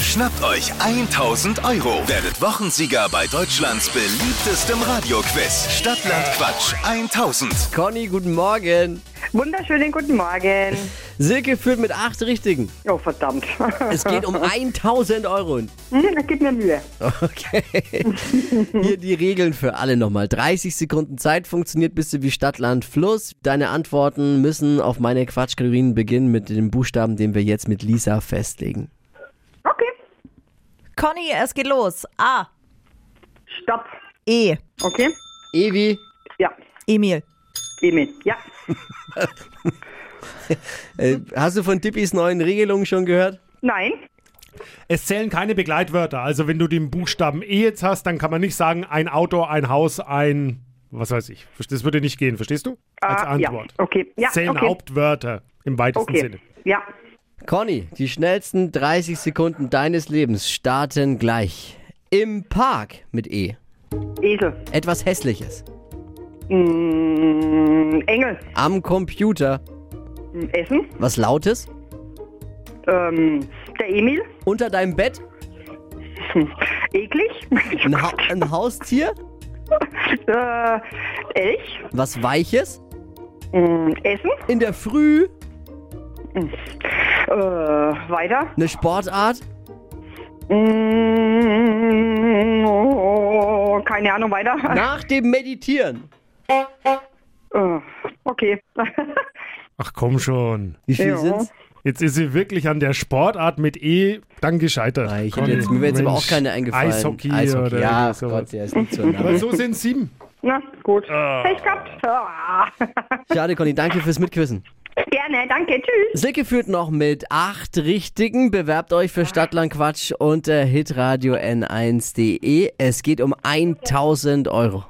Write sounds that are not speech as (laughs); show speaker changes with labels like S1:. S1: Schnappt euch 1000 Euro. Werdet Wochensieger bei Deutschlands beliebtestem Radioquiz. Stadtland Quatsch 1000.
S2: Conny, guten Morgen.
S3: Wunderschönen guten Morgen.
S2: Silke führt mit acht Richtigen.
S3: Oh, verdammt. (laughs)
S2: Es geht um 1000 Euro.
S3: Hm, Es gibt mir Mühe.
S2: Okay. Hier die Regeln für alle nochmal. 30 Sekunden Zeit funktioniert bist du wie Stadt, Land, Fluss. Deine Antworten müssen auf meine Quatschkategorien beginnen mit dem Buchstaben, den wir jetzt mit Lisa festlegen.
S3: Okay,
S4: Conny, es geht los. A.
S3: stopp.
S4: E.
S3: Okay,
S2: Evi,
S3: ja.
S4: Emil.
S3: Emil, ja.
S2: äh, hast du von Dippis neuen Regelungen schon gehört?
S3: Nein,
S5: Es zählen keine Begleitwörter. Also wenn du den Buchstaben E jetzt hast, dann kann man nicht sagen, ein Auto, ein Haus, ein was weiß ich. Das würde nicht gehen, verstehst du? Als
S3: Ah, ja.
S5: Antwort.
S3: Okay. Ja,
S5: Es zählen
S3: okay.
S5: Hauptwörter im weitesten
S3: okay.
S5: Sinne.
S3: Ja,
S2: Conny, die schnellsten 30 Sekunden deines Lebens starten gleich. Im Park mit E.
S3: Esel.
S2: Etwas Hässliches.
S3: Mm, Engel,
S2: Am Computer.
S3: Mm, Essen.
S2: Was Lautes.
S3: Ähm, der Emil,
S2: Unter deinem Bett.
S3: eklig. (laughs)
S2: Ein, ha ein Haustier.
S3: äh, Elch,
S2: Was Weiches.
S3: Mm, Essen.
S2: In der Früh.
S3: Äh, weiter.
S2: Eine Sportart.
S3: Mm, oh, keine Ahnung, weiter.
S2: Nach dem Meditieren.
S3: Äh, okay. (laughs)
S5: Ach komm schon.
S2: Wie viel
S3: Ja.
S2: sind's?
S5: Jetzt ist sie wirklich an der Sportart mit E dann gescheitert.
S2: Ah, ich
S5: Komm,
S2: hätte jetzt, mir wäre jetzt aber
S5: Mensch.
S2: auch keine eingefallen.
S5: Eishockey, oder
S2: ja,
S5: irgendwie sowas. Also-
S2: Gott, der ist nicht so
S5: Aber
S2: nah.
S5: so sind sieben.
S3: Na, gut. Pech gehabt. Ah.
S2: Schade, Conny, danke fürs Mitquissen.
S3: Gerne, danke, tschüss.
S2: Silke führt noch mit acht Richtigen. Bewerbt euch für äh, E. Stadtlandquatsch unter hitradio n1.de. Es geht um 1000 Euro.